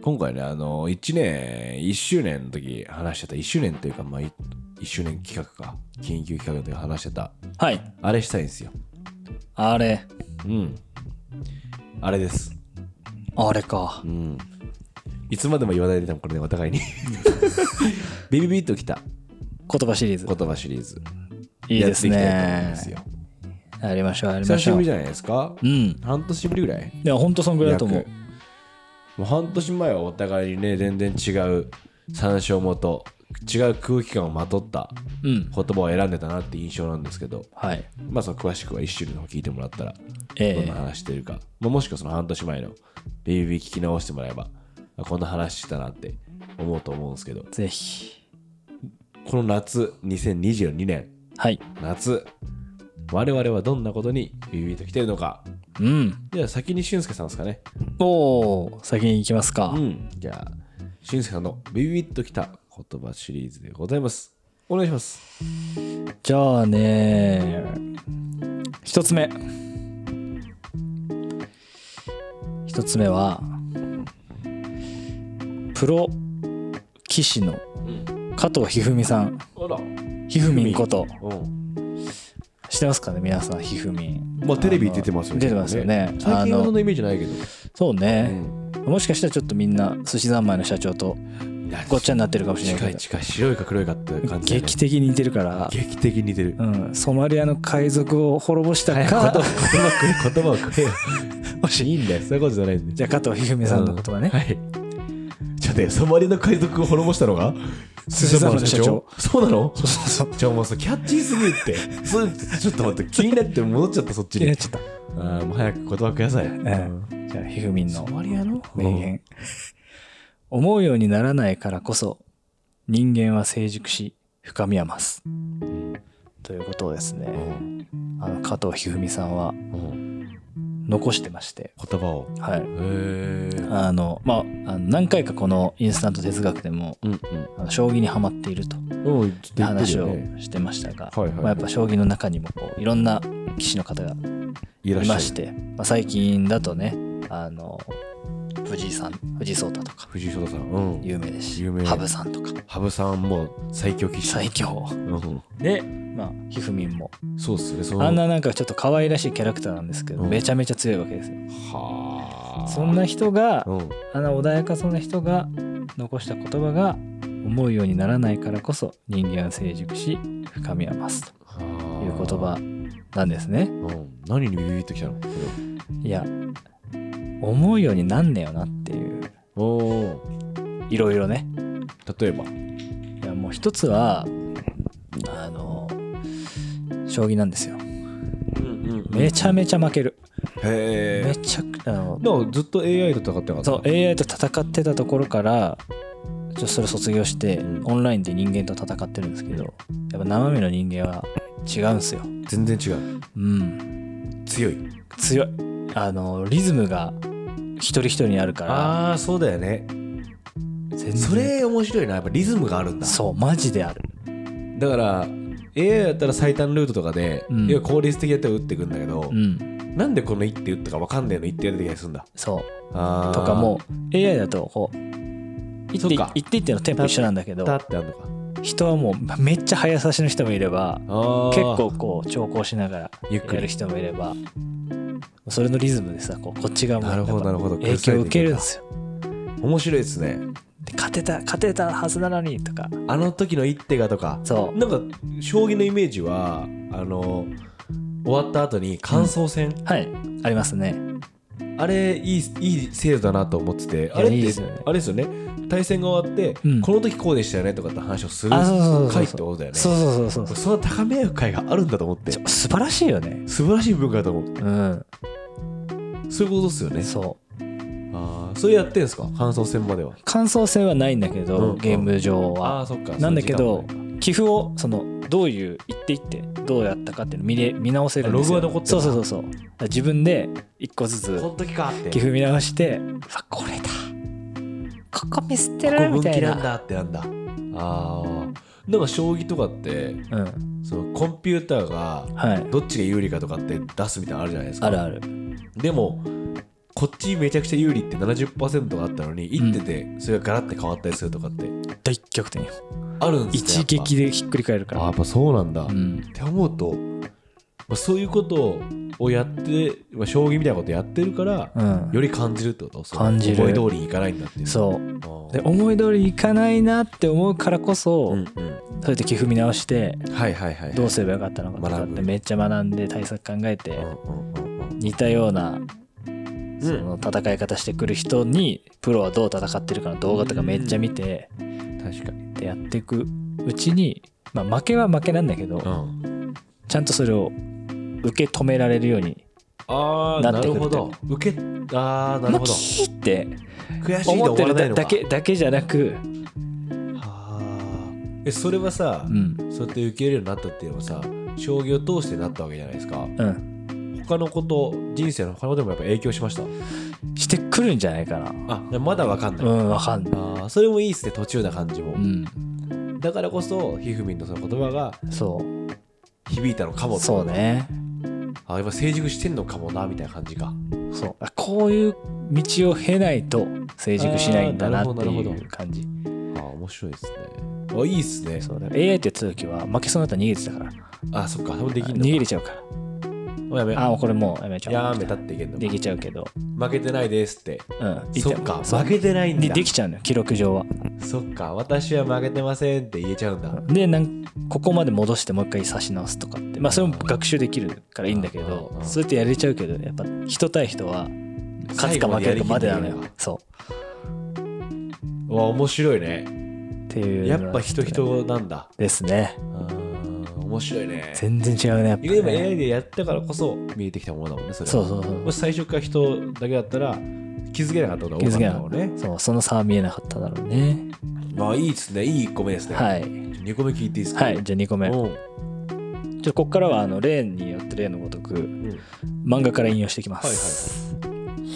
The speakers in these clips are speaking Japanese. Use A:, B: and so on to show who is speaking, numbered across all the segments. A: 今回ね、あの、1年、1周年の時話してた、1周年というか、まあ、1周年企画か、緊急企画の時話してた、
B: はい。
A: あれしたいんですよ。
B: あれ。
A: うん。あれです。
B: あれか。
A: うん。いつまでも言わないでたもんこれね、お互い に。ビビビッときた
B: 言葉シリーズ。
A: 言葉シリーズ。
B: いいです
A: や
B: ね
A: っ。ていきたいと思うんですよ。
B: やりましょう、やりま
A: 久
B: し
A: し
B: ょ
A: ぶ
B: う。
A: りじゃないですか
B: うん。
A: 半年ぶりぐらい
B: いや、ほんとそんぐらいだと思う
A: 約。もう半年前はお互いにね全然違う参照元違う空気感をまとった
B: う
A: 言
B: ん。
A: 葉を選んでたなって印象なんですけど
B: はい。
A: まあその詳しくは一種の方聞いてもらったら
B: ええ
A: どんな話してるか、まあ、もしくはその半年前の BB 聞き直してもらえばあこんな話したなって思うと思うんですけど
B: ぜひ。
A: この夏2022年
B: はい。
A: 夏我々はどんなことに BB と来てるのか
B: うん。
A: じゃあ先に俊介さんですかね
B: おー、先に行きますか。
A: うん、じゃあ、しんすけさんのビビビッときた言葉シリーズでございます。お願いします。
B: じゃあね一つ目一つ目はプロ棋士の加藤一二三さん
A: あら、
B: 一二三こと
A: うん。
B: 知ってますかね皆さん一二三
A: まあ、テレビ出てますよね。
B: 出てますよね
A: 最近
B: あ
A: は
B: の
A: そんなイメージないけど。
B: そう
A: う
B: ね、
A: ん
B: もしかしたらちょっとみんな寿司三昧の社長とごっちゃになってるかもしれな
A: 近
B: い
A: い
B: け
A: 近い、白いか黒いかっていう
B: ど
A: 感じ、ね。
B: 劇的に似てるから、
A: 劇的に似てる。
B: うん、ソマリアの海賊を滅ぼした
A: 早く
B: か
A: 言葉言葉をくれ、 言葉を
B: もし
A: くれよ。いいんだよ、そういうことじゃないんで。
B: じゃあ加藤一二三さんの言葉ね、
A: はい。ちょっとね、ソマリの海賊を滅ぼしたのが
B: 寿司三昧の社長。
A: そうなの
B: そうそうそう
A: じゃあもうそれキャッチーすぎるって。それちょっと待って、気になって戻っちゃった、そっち
B: 気にな
A: に
B: っ。ちゃった
A: ああ、もう早く言葉ください。
B: えじゃあ、ひふみんの
A: マリアの
B: 名言。思うようにならないからこそ、人間は成熟し、深みは増す。ということをです
A: う
B: ね、
A: ん
B: あの、加藤ひふみさんは
A: うん
B: 残してまして、
A: 言葉を。
B: はい。
A: へえ。
B: あの、まあ、あの何回かこのインスタント哲学でも、
A: うん
B: あの将棋にはまっているとい
A: う
B: う
A: ん。うん、ちょっと言って
B: 話
A: るよ
B: を
A: ね。
B: してましたが、
A: はいはいはい
B: まあ、やっぱ将棋の中にもこういろんな棋士の方が
A: いらっ
B: い
A: しゃ
B: まし
A: る。
B: て、まあ、最近だとねあの藤井さん藤井聡太とか
A: 藤井聡太さん。うん。
B: 有名ですし
A: 有名
B: 羽生さんとか
A: 羽生さんも最強棋士。
B: 最強
A: うん。
B: でまあひふみんも
A: そうっすね。その
B: あんななんかちょっと可愛らしいキャラクターなんですけど、
A: うん
B: めちゃめちゃ強いわけですよ
A: はあ。
B: そんな人が
A: うん。
B: あの穏やかそうな人が残した言葉が思うようにならないからこそ人間は成熟し深みは増すという言
A: はあ。
B: 葉なんですね
A: うん。何にビビビッときたのそれ
B: いや思うようになんねよなっていう
A: をおお。
B: いろいろね
A: 例えば。
B: いやもう一つはあの将棋なんですよ
A: うんうん
B: めちゃめちゃ負ける、
A: へ
B: め
A: え。
B: ちゃくあの
A: でもずっと AI と戦ってなかった。
B: そう AI と戦ってたところからちょっとそれ卒業して、
A: うん
B: オンラインで人間と戦ってるんですけどやっぱ生身の人間は違うんすよ
A: 全然違う。
B: うん
A: 強い。
B: 強いあのリズムが一人一人にあるから
A: ああ、そうだよね。
B: 全然
A: それ面白いなやっぱリズムがあるんだ
B: そうマジである
A: だから AI だったら最短ルートとかで、
B: うん
A: 要は効率的やったら打ってくんだけど
B: う、ん
A: なんでこの一手打ったか分かんねえの一手やるときするんだ
B: そう
A: あー
B: とかもう AI だとこう一
A: そう
B: 手
A: か
B: 一手一手のテンポ一緒なんだけど
A: たってあるのか
B: 人はもうめっちゃ早指しの人もいれば
A: あー
B: 結構こう調校しながら
A: ゆっ
B: や
A: くり
B: る人もいればそれのリズムでさこうこっち側も
A: なるほど
B: やっぱ
A: なるほど
B: 影響を受けるんですよ
A: 面白いですね
B: で勝てた勝てたはずなのにとか
A: あの時の一手がとか
B: そう
A: なんか将棋のイメージはあの終わった後に感想戦、
B: はいありますね
A: あれいいいい制度だなと思っててあれって
B: いいですよね
A: あれですよね対戦が終わって、
B: うん
A: この時こうでしたよねとかって話をする
B: あそうそうそ
A: 回
B: う
A: って
B: そう
A: ことだよね
B: そうそうそうそう
A: そんな高め合う会があるんだと思って
B: ちょ素晴らしいよね
A: 素晴らしい文化だと思う
B: うん
A: そういうことですよね
B: そう
A: ああそれやってんすか感想戦までは
B: 感想戦はないんだけ
A: うんう
B: ど
A: ん
B: ゲーム上
A: あ
B: は
A: あそっか
B: なんだけど
A: その時間もない
B: 寄付をそのどういう一手一手どうやったかっていうの見れ見直せるんですよ
A: ログは残って
B: そ
A: る
B: うそうそうそうだから自分で一個ずつ
A: この時かって
B: 岐阜見直してうわこれだここ見捨て
A: こ
B: る
A: こ
B: みた
A: 分岐
B: い
A: なん
B: な
A: だってなんだああなんか将棋とかって
B: うん
A: そのコンピューターが
B: はい
A: どっちが有利かとかって出すみたいなのあるじゃないですか
B: あるある
A: でもこっちめちゃくちゃ有利って70%があったのに行っててそれがガラッて変わったりするとかって
B: 大逆転よ
A: あるんですね
B: 一撃
A: で
B: でひっくり返るか
A: あ
B: ら
A: やっぱそうなんだ、
B: う
A: っ
B: ん
A: て思うと、まあ、そういうことをやって、まあ、将棋みたいなことやってるから、
B: うん
A: より感じるってことその
B: 感じる
A: 思い通りにいかないんだっていう
B: そう
A: う
B: で思い通りいかないなって思うからこそ、
A: うんう
B: そういう時踏み直して
A: ん、はいはいはい
B: どうすればよかったのかとかっ
A: 学
B: て
A: ぶ
B: めっちゃ学んで対策考えて
A: うんうんうん
B: 似たような
A: うん
B: その戦い方してくる人にプロはどう戦ってるかの動画とかめっちゃ見て
A: 確かに
B: でやっていくうちに、まあ、負けは負けなんだけど
A: うん
B: ちゃんとそれを受け止められるように
A: ああ
B: な
A: な
B: って
A: る
B: くる
A: ほど受けああなる
B: まあ
A: ほど
B: キーって
A: 悔しいで
B: 思って
A: 終わら
B: る
A: ない
B: だ
A: のか
B: だけだけじゃなく、
A: はあえそれはさ、
B: うん
A: そうやって受け入れるようになったっていうのはさ将棋を通してなったわけじゃないですか
B: うん、
A: 他のこと人生の他のこともやっぱ影響しました
B: してくるんじゃないかな。
A: あでもまだわかんな
B: う
A: い、
B: ん、わかんない。
A: あーそれもいいっすね途中な感じも、
B: うん、
A: だからこそひふみんのその言葉が
B: そ
A: 響いたのかも
B: う。そうね。
A: あ今成熟してんのかもなみたいな感じか
B: そう。あこういう道を経ないと成熟しないんだなって
A: あーなるほどないるほ
B: う
A: ど
B: 感じ。
A: あ面白いですねあいいっすね
B: そうだから AI ってやった時は負けそうになったら逃げてたから。
A: あそっかそれもできんのか
B: 逃げれちゃうから。
A: あやめ
B: あー、もうこれもうやめちゃお
A: や
B: う。
A: めたっていけんのか
B: できちゃうけど。
A: 負けてないですって
B: うん。
A: そっか
B: そう
A: 負けてないん
B: で
A: だ
B: できちゃうのよ記録上は
A: そっか私は負けてませんって言えちゃうんだ
B: でなんここまで戻してもう一回差し直すとかってまあそれも学習できるからいいんだけど
A: うんうん
B: そうやってやれちゃうけどやっぱ人対人は勝つか負けるかまでなのよそう
A: わ面白いね
B: っていう
A: やっぱ人人なんだ
B: ですね
A: あー面白いね
B: 全然違うねやっぱ
A: でも
B: ね
A: AI でやったからこそ見えてきたものだもんねそれは
B: そうそうそう
A: もし最初から人だけだったら気づけなかったことが多かったもんね
B: そうその差は見えなかっただろうね
A: あいいですねいい1個目ですね、
B: はい
A: 2個目聞いていいですか
B: はいじゃあ2個目ちょ
A: うん
B: っとここからはあの例によって例のごとく
A: うん
B: 漫画から引用していきます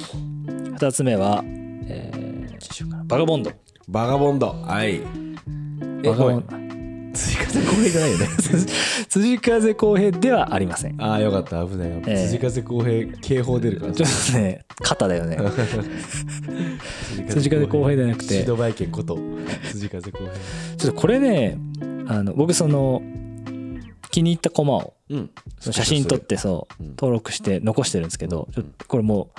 B: 2つ目はえーどうしようかなバガボンド
A: バガボンドはい え
B: バガボン
A: ご追加で公平じゃないよね
B: 辻風公平ではありません
A: ああよかった危ない危ない
B: ええ
A: 辻風公平警報出るから
B: ちょっとね肩だよね
A: 辻
B: 辻風公平じゃなくて
A: シドバイケンこと辻風公平
B: ちょっとこれねあの僕その気に入ったコマを
A: うん
B: その写真撮ってそう
A: うん
B: 登録して残してるんですけど
A: うん
B: ちょっとこれも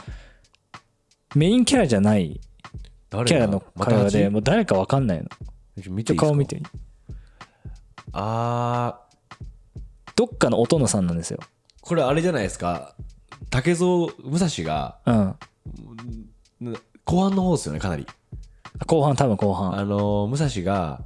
B: うメインキャラじゃない
A: 誰だ
B: キャラの会話でもう誰かわかんないの
A: また見
B: ち
A: ていいです
B: ょ
A: か
B: 顔見て
A: ああ
B: どっかのお殿さんなんですよ
A: これあれじゃないですか竹蔵武蔵が
B: うん
A: うん後半の方ですよねかなり
B: 後半多分後半
A: あのー武蔵が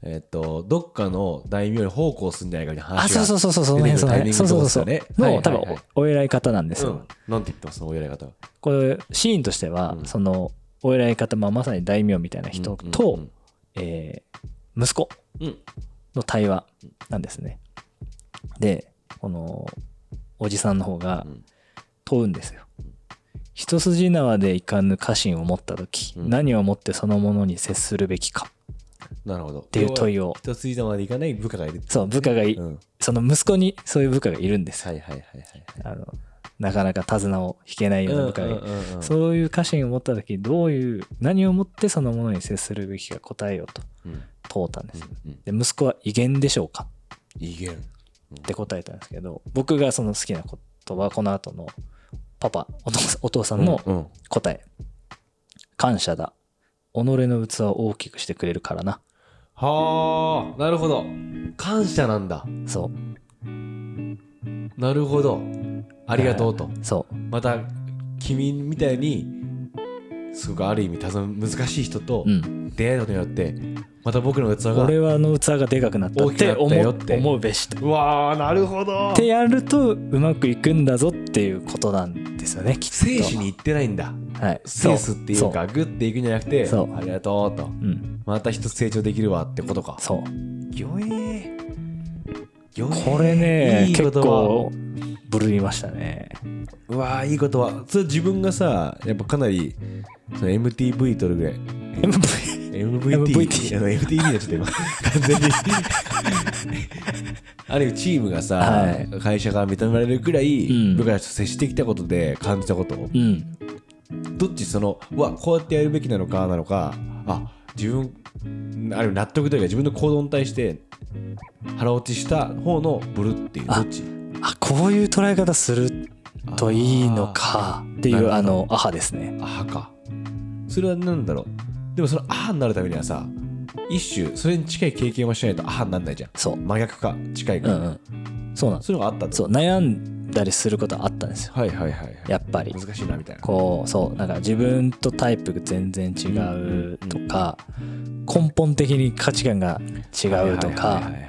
A: えっとどっかの大名に奉公するんじゃないかみたいな
B: あ
A: 話が
B: そうそうそうそうその辺その辺
A: 出て
B: そう
A: く
B: そう
A: る
B: そう
A: タイミングってことですよね
B: の多
A: はいはい
B: 分
A: はい
B: おお偉い方なんです
A: う
B: よ
A: んなんて言ってますそのお偉い方は
B: これシーンとしては
A: うん
B: そのお偉い方まあまさに大名みたいな人とえー息子
A: うんうん
B: の対話なんですね。で、このおじさんの方が
A: うん
B: 問うんですよ。一筋縄でいかぬ家臣を持った時、
A: うん
B: 何をもってそのものに接するべきか
A: なるほどって
B: いう問いを
A: 一つ以上までいかない部下がいる
B: そう部下がい、
A: うん
B: その息子にそういう部下がいるんですよ
A: はいはいはいはい
B: あのなかなか手綱を引けないような部下がいる、
A: うん
B: そういう家臣を持った時どういう何をもってそのものに接するべきか答えようと
A: うんうん
B: 問うたんですよ
A: うん
B: で息子は威厳でしょうか
A: 威厳
B: って答えたんですけど僕がその好きな言葉はこの後のパパお父さんお父さんの
A: うん
B: 答え、感謝だ己の器を大きくしてくれるからな
A: はあなるほど感謝なんだ
B: そ
A: なるほどありがとうと
B: うそ
A: また君みたいにすごくある意味多分難しい人と
B: ううん
A: 出会えたことによってまた僕の器が
B: 俺はあの器がでかくなったっ
A: 大きく
B: て
A: なった
B: 思
A: よ
B: う
A: って
B: 思うべしとっ
A: うわーなるほど
B: てやるとうまくいくんだぞっていうことなんですよねきっと
A: 生死に行ってないんだ
B: はい
A: セ
B: そ
A: ンスっていうかグッていくんじゃなくて
B: そう
A: ありがとうと
B: そううん
A: また一つ成長できるわってことか
B: そう
A: ぎょえーぎょえー
B: これね
A: いい
B: 結
A: 言葉
B: 構ぶるいましたね
A: うわーいいことはそれ自分がさやっぱかなりその MTV 撮るぐらい
B: MV MVT
A: MVT あの MTV になっちゃった今完全にある意味チームがさ、
B: はい
A: 会社が認められるくらい
B: うん
A: 部下と接してきたことで感じたこと
B: うん
A: どっちそのうわこうやってやるべきなのかなのかあ自分ある意味納得というか自分の行動に対して腹落ちした方のブルっていうど
B: あ
A: っち
B: あこういう捉え方するといいのかってい
A: なるほ
B: う
A: ど
B: あのアハですね
A: あはかそれは何だろうでもそのあはになるためにはさ一種それに近い経験をしないとあはにならないじゃん
B: そう
A: 真逆か近いか、
B: うんうんそうなんです
A: そういうのがあったんだ
B: そう悩んだりすることはあったんですよ
A: はいはいはいはい
B: やっぱり
A: 難しいなみたいな
B: こうそうなんか自分とタイプが全然違うとか根本的に価値観が違うと
A: はいはい
B: か
A: はいはいはい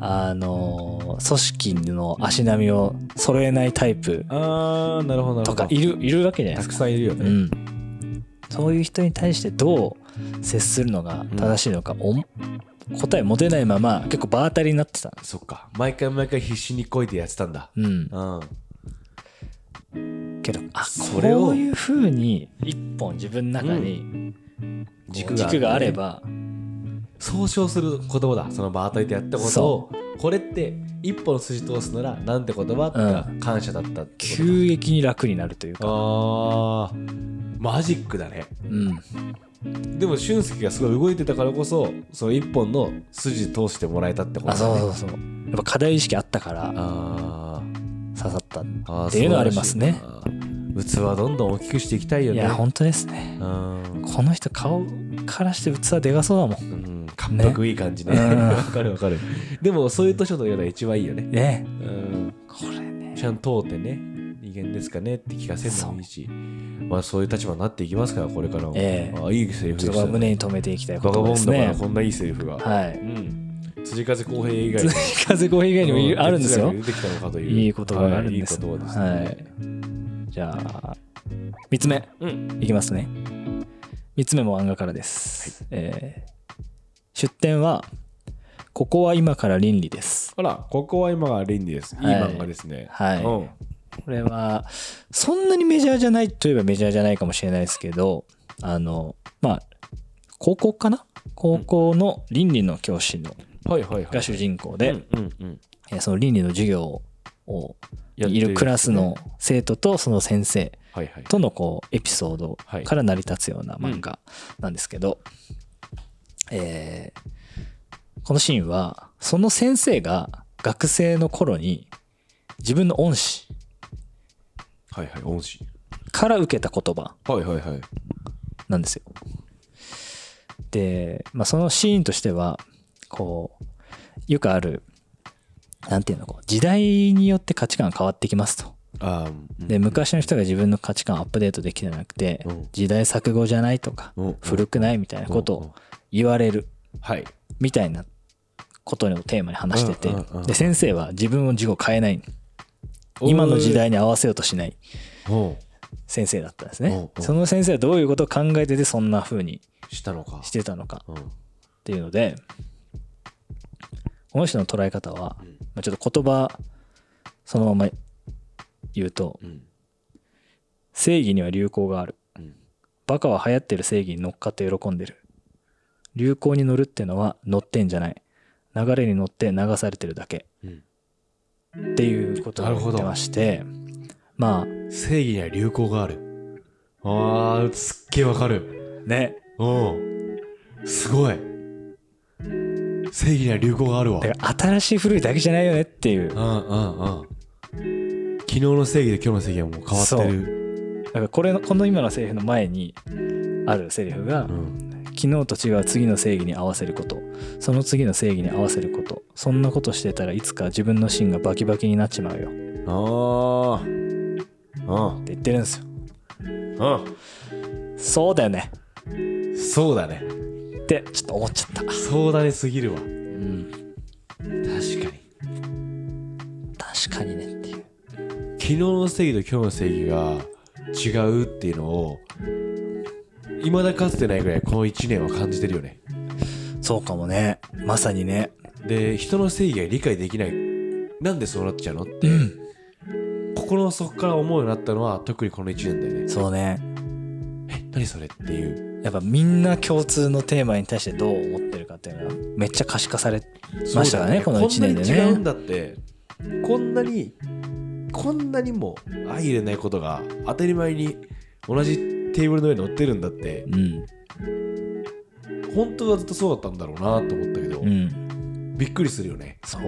B: あの組織の足並みを揃えないタイプ
A: あーなるほどなるほど
B: とかいるいるわけじゃないで
A: た
B: す
A: く
B: か。
A: さんいるよ
B: う
A: ね、
B: ん、そういう人に対してどう接するのが正しいのか、お答え持てないまま結構場当たりになってたんです。
A: そっか毎回毎回必死にこいでやってたんだ
B: うん、
A: うん
B: けどあ
A: それを
B: こういうふうに一本自分の中にこう
A: 軸が
B: 軸があれば
A: 総称する言葉だその場当たりでやったことをこれって一歩の筋通すならなんて言葉って
B: う
A: 感謝だったってこと
B: 急激に楽になるというか、
A: あーマジックだね
B: うん、
A: でも俊介がすごい動いてたからこそその一本の筋通してもらえたってことだ、
B: あ
A: ね、
B: そうそうそうやっぱ課題意識あったから
A: あ
B: 刺さった
A: ーあー
B: っていうのはありますね
A: 素晴らしいな器どんどん大きくしていきたいよ
B: い
A: ね
B: や本当ですね
A: うん
B: この人顔からして器でかそうだもん
A: うん、かっこいい感じね。
B: ねうん
A: わ、かるわかる。でも、そういう年を取るのが一番いいよね。
B: ね
A: うん、
B: これね
A: ちゃんと通ってね、威厳ですかねって聞かせるのもいいし、まあ、そういう立場になっていきますから、これからも。
B: ええ
A: あいいセリフで
B: そ
A: し
B: こは
A: たね。
B: 胸に留めていきたい
A: バ
B: 言
A: カ
B: 葉
A: ボ
B: で
A: ン
B: す
A: だから、
B: ね
A: こんないいセリフが。
B: は
A: う
B: い
A: ん。辻風公平以外
B: 追
A: に
B: 加瀬公以外にもいるあるんですよ
A: 出てきたのかという。
B: いい言葉があるんです
A: はいいい言葉ですね。
B: じゃあ3つ目
A: うん。
B: いきますね3つ目も漫画からです、えー出典は「ここは今から倫理です
A: あら、ここは今が倫理です。いい
B: はい
A: 漫画ですね」。
B: はい、
A: うん。
B: これはそんなにメジャーじゃないといえばメジャーじゃないかもしれないですけどあのまあ高校かな高校の倫理の教師の
A: はいはいはい。
B: が主人公で、
A: うんうんうん。
B: えーその倫理の授業を
A: やってやつ
B: いる
A: ね
B: クラスの。生徒とその先生
A: はいはい。
B: とのこうエピソード
A: はい
B: から成り立つような漫画なんですけど、えーこのシーンはその先生が学生の頃に自分の恩師
A: はいはい、恩師。
B: から受けた言葉
A: はいはいはい。
B: なんですよ。で、まあ、そのシーンとしてはこうよくあるなんていうのこう時代によって価値観が変わってきますと。
A: あー
B: で、昔の人が自分の価値観をアップデートできてなくて
A: うん
B: 時代錯誤じゃないとか
A: うんうん
B: 古くないみたいなこと
A: うんう
B: を
A: ん
B: 言われる
A: はい。
B: みたいなことをテーマに話してて
A: うんうんうん
B: で先生は自分を事後変えない今の時代に合わせようとしない
A: おー
B: 先生だったんです
A: うん
B: ね
A: うん
B: その先生はどういうことを考えててそんな風に
A: したのか。
B: してたのか
A: うん
B: っていうのでこの人の捉え方は、まあ、ちょっと言葉そのまま言うと
A: うん
B: 正義には流行がある
A: うん
B: バカは流行ってる正義に乗っかって喜んでる流行に乗るってのは乗ってんじゃない流れに乗って流されてるだけ
A: うん
B: っていうことを言ってましてまあ
A: 正義には流行がある。あー、すっげえわかる。
B: ね
A: うん。すごい。正義には流行があるわ。
B: だから新しい古いだけじゃないよねっていう
A: うんうんうん。昨日の正義で今日の正義はもう変わってる。
B: だからこれのこの今のセリフの前にあるセリフが
A: うん。
B: 昨日と違う次の正義に合わせることその次の正義に合わせることそんなことしてたらいつか自分の芯がバキバキになっちまうよって
A: あー。うん
B: 言ってるんですよ
A: う
B: そうだよね
A: ん。そうだね。
B: ってちょっと思っちゃった、
A: そうだねすぎるわ。
B: うん、
A: 確かに。
B: 確かにねっていう
A: 昨日の正義と今日の正義が違うっていうのを未だかつてないぐらいこの1年は感じてるよね
B: そうかもねまさにね
A: で人の正義が理解できないなんでそうなっちゃうのって、
B: うん
A: 心の底から思うようになったのは特にこの1年だよね
B: そうね
A: え何それっていう
B: やっぱみんな共通のテーマに対してどう思ってるかっていうのはめっちゃ可視化されましたからね
A: そうだ
B: この一年でね
A: こんなに違うんだってこんなにこんなにも相入れないことが当たり前に同じテーブルの上に乗ってるんだって
B: うん
A: 本当はずっとそうだったんだろうなと思ったけど、
B: うん
A: びっくりするよね
B: そう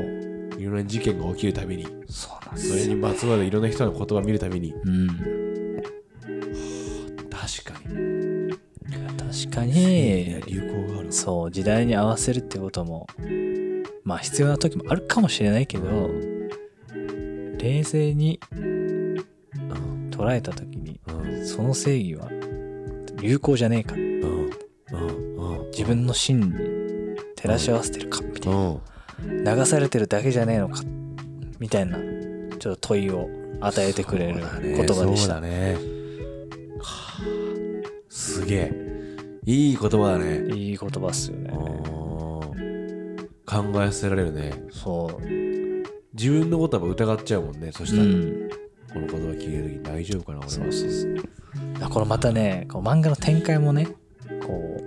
A: いろんな事件が起きるたびに
B: そうなんで
A: それ
B: す
A: に
B: よ
A: まつわるいろんな人の言葉を見るたびに
B: うん
A: 確かに
B: 確か
A: いや
B: に
A: 流行がある
B: そう時代に合わせるってこともまあ必要な時もあるかもしれないけど冷静に
A: うん
B: 捉えた時に
A: うん
B: その正義は有効じゃねえか
A: うんうんうん
B: 自分の真に照らし合わせてるかみたい
A: うん
B: な流されてるだけじゃねえのかみたいなちょっと問いを与えてくれる言葉でし
A: そう
B: た
A: だねはあすげえいい言葉だね
B: いい言葉っすよね
A: うん考えさせられるね
B: そ
A: 自分のことはやっぱ疑っちゃうもんねそし
B: う、
A: た
B: う
A: ら、
B: ん、
A: この言葉聞いた時に大丈夫かな俺は
B: そうそうそうあこれまたねこう漫画の展開もねこ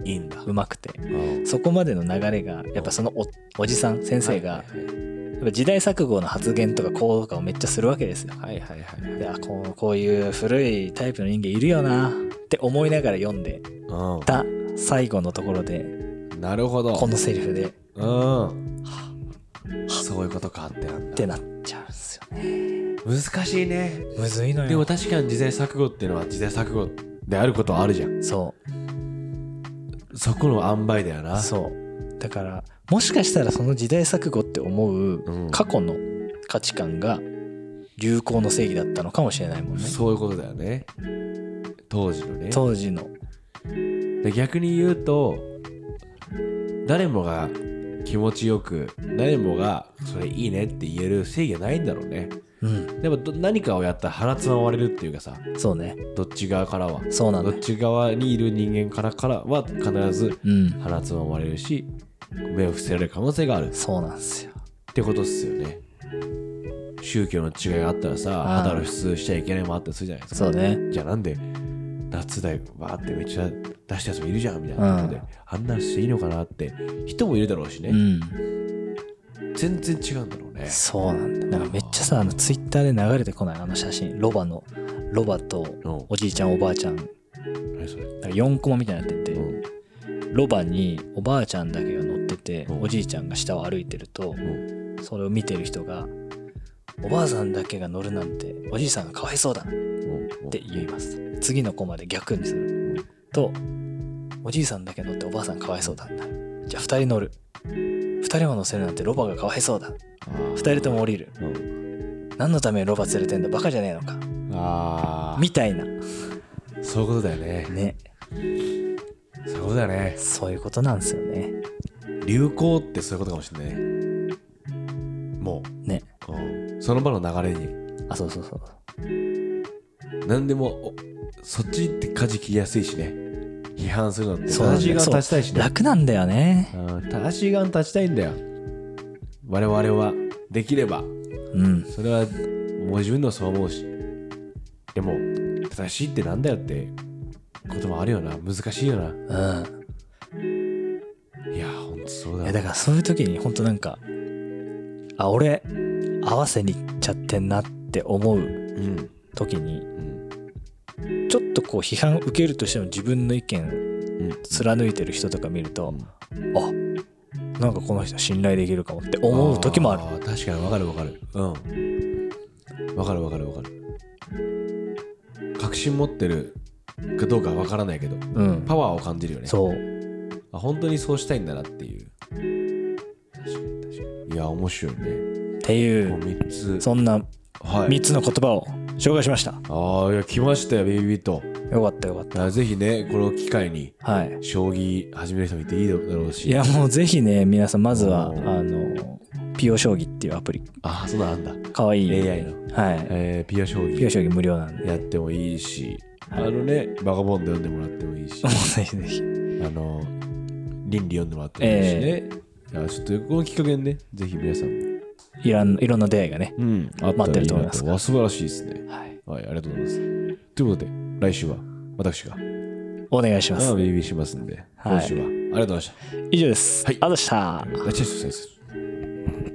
A: いいんだ
B: ううまくて
A: うん
B: そこまでの流れがやっぱそのおおじさん先生がやっぱ時代錯誤の発言とか行動とかをめっちゃするわけですよ。
A: はいはいはいはい
B: いやこうこういう古いタイプの人間いるよなって思いながら読んで
A: はい
B: た最後のところで
A: うんなるほど
B: このセリフでっ
A: うんそういうことかってなんだ
B: てなっちゃうんですよね。
A: 難しいね
B: むずいの
A: でも確かに時代錯誤っていうのは時代錯誤であることはあるじゃん
B: そ
A: そこの塩梅だよ
B: う
A: な
B: そうだからもしかしたらその時代錯誤って思
A: う
B: うん過去の価値観が流行の正義だったのかもしれないもんね。
A: そういうことだよね当時のね
B: 当時の。
A: で逆に言うと誰もが気持ちよく誰もがそれいいねって言える正義はないんだろうね
B: うん
A: でもど何かをやったら腹つままれるっていうかさ
B: そうね
A: どっち側からは
B: そうなん
A: ど
B: だ
A: っ。ち側にいる人間からからは必ず
B: うん
A: 腹つままれるし目を伏せられる可能性があるっ
B: そうなんですよ。
A: てことっすよね宗教の違いがあったらさ
B: あー
A: 肌露出しちゃいけないもあったりするじゃないですか
B: そうね。
A: じゃあなんで夏だよわーってめっちゃ出したやつもいるじゃんみたいなことで、
B: うん
A: あんなのしていいのかなって人もいるだろうしね、
B: うん。
A: 全然違うんだろうね
B: そうなんだ。なんかめっちゃさ、あのツイッターで流れてこないあの写真。ロバの、ロバと
A: うん
B: おじいちゃんおばあちゃん、なんか
A: 何それ
B: 4コマみたいになってて、
A: うん
B: ロバにおばあちゃんだけが乗ってて、
A: うん
B: おじいちゃんが下を歩いてると、
A: うん
B: それを見てる人が、おばあさんだけが乗るなんて、おじいさんがかわいそうだっ
A: うん
B: て言います。次のコマで逆にする。と、おじいさんだけ乗っておばあさんかわいそうだなる。じゃあ2人乗る。2人も乗せるなんてロバがかわいそうだ。
A: あー
B: 2人とも降りる。
A: うん
B: 何のためにロバ連れてんだバカじゃねえのか
A: あ
B: みたいな
A: あそういうことだよね
B: ね
A: そういうことだよね
B: そういうことなんですよね
A: 流行ってそういうことかもしれないねも
B: ね
A: う、うんその場の流れに
B: あそうそうそう
A: 何でもおそっちって舵切りやすいしね批判するのって
B: そうなん
A: 正
B: だ
A: しい側に立ちたいしね
B: 楽なんだよね
A: うん正しい側に立ちたいんだよ我々はできれば
B: うん
A: それはもう自分のそう思うしでも正しいってなんだよってこともあるよな難しいよな
B: うん
A: いやほんとそう
B: い
A: だ
B: やだからそういう時に本当なんかあ俺合わせにいっちゃってんなって思う
A: うん
B: 時に
A: うん
B: ちょっとこう批判受けるとしても自分の意見
A: うん
B: 貫いてる人とか見るとあなんかこの人信頼できるかもって思う時もある
A: ー確かにわかるわかるうんわかるわかるわかる確信持ってるかどうかわからないけど
B: うん
A: パワーを感じるよね
B: そう
A: あ本当にそうしたいんだなっていう確かに確かにいや面白いね
B: ってい
A: もう
B: う
A: 3つ
B: そんな
A: はい
B: 3つの言葉を紹介しました
A: ああいや来ましたよベイビーと
B: よかったよかっ
A: あぜひねこの機会に
B: た。はい。
A: 将棋始める人もいていいだろうし
B: いやもうぜひね皆さんまずはあ
A: おー
B: のピオ将棋っていうアプリ
A: ああそうなんだ
B: かわいい
A: AI の、
B: はい
A: えー、ピア将
B: ピオ
A: 棋
B: 将棋無料なんで
A: やってもいいしあ
B: はい
A: のねバカボンド読んでもらってもいいし
B: もうぜひぜひ
A: あの倫理読んでもらってもいいしね、いやちょっとこのきっかけにねぜひ皆さんも
B: いろんいろんな出会いがね
A: うんあった
B: 待って
A: らい
B: る
A: い
B: と思い
A: な
B: ます
A: とわ素晴らしいですね
B: はい
A: はいありがとうございますということで来週は私が
B: お願いしま
A: あ
B: す
A: ベイビーしますんで
B: はい
A: 今週は、ありがとうございました
B: 以上です
A: は
B: あ
A: い
B: りがとうございました
A: 大丈夫です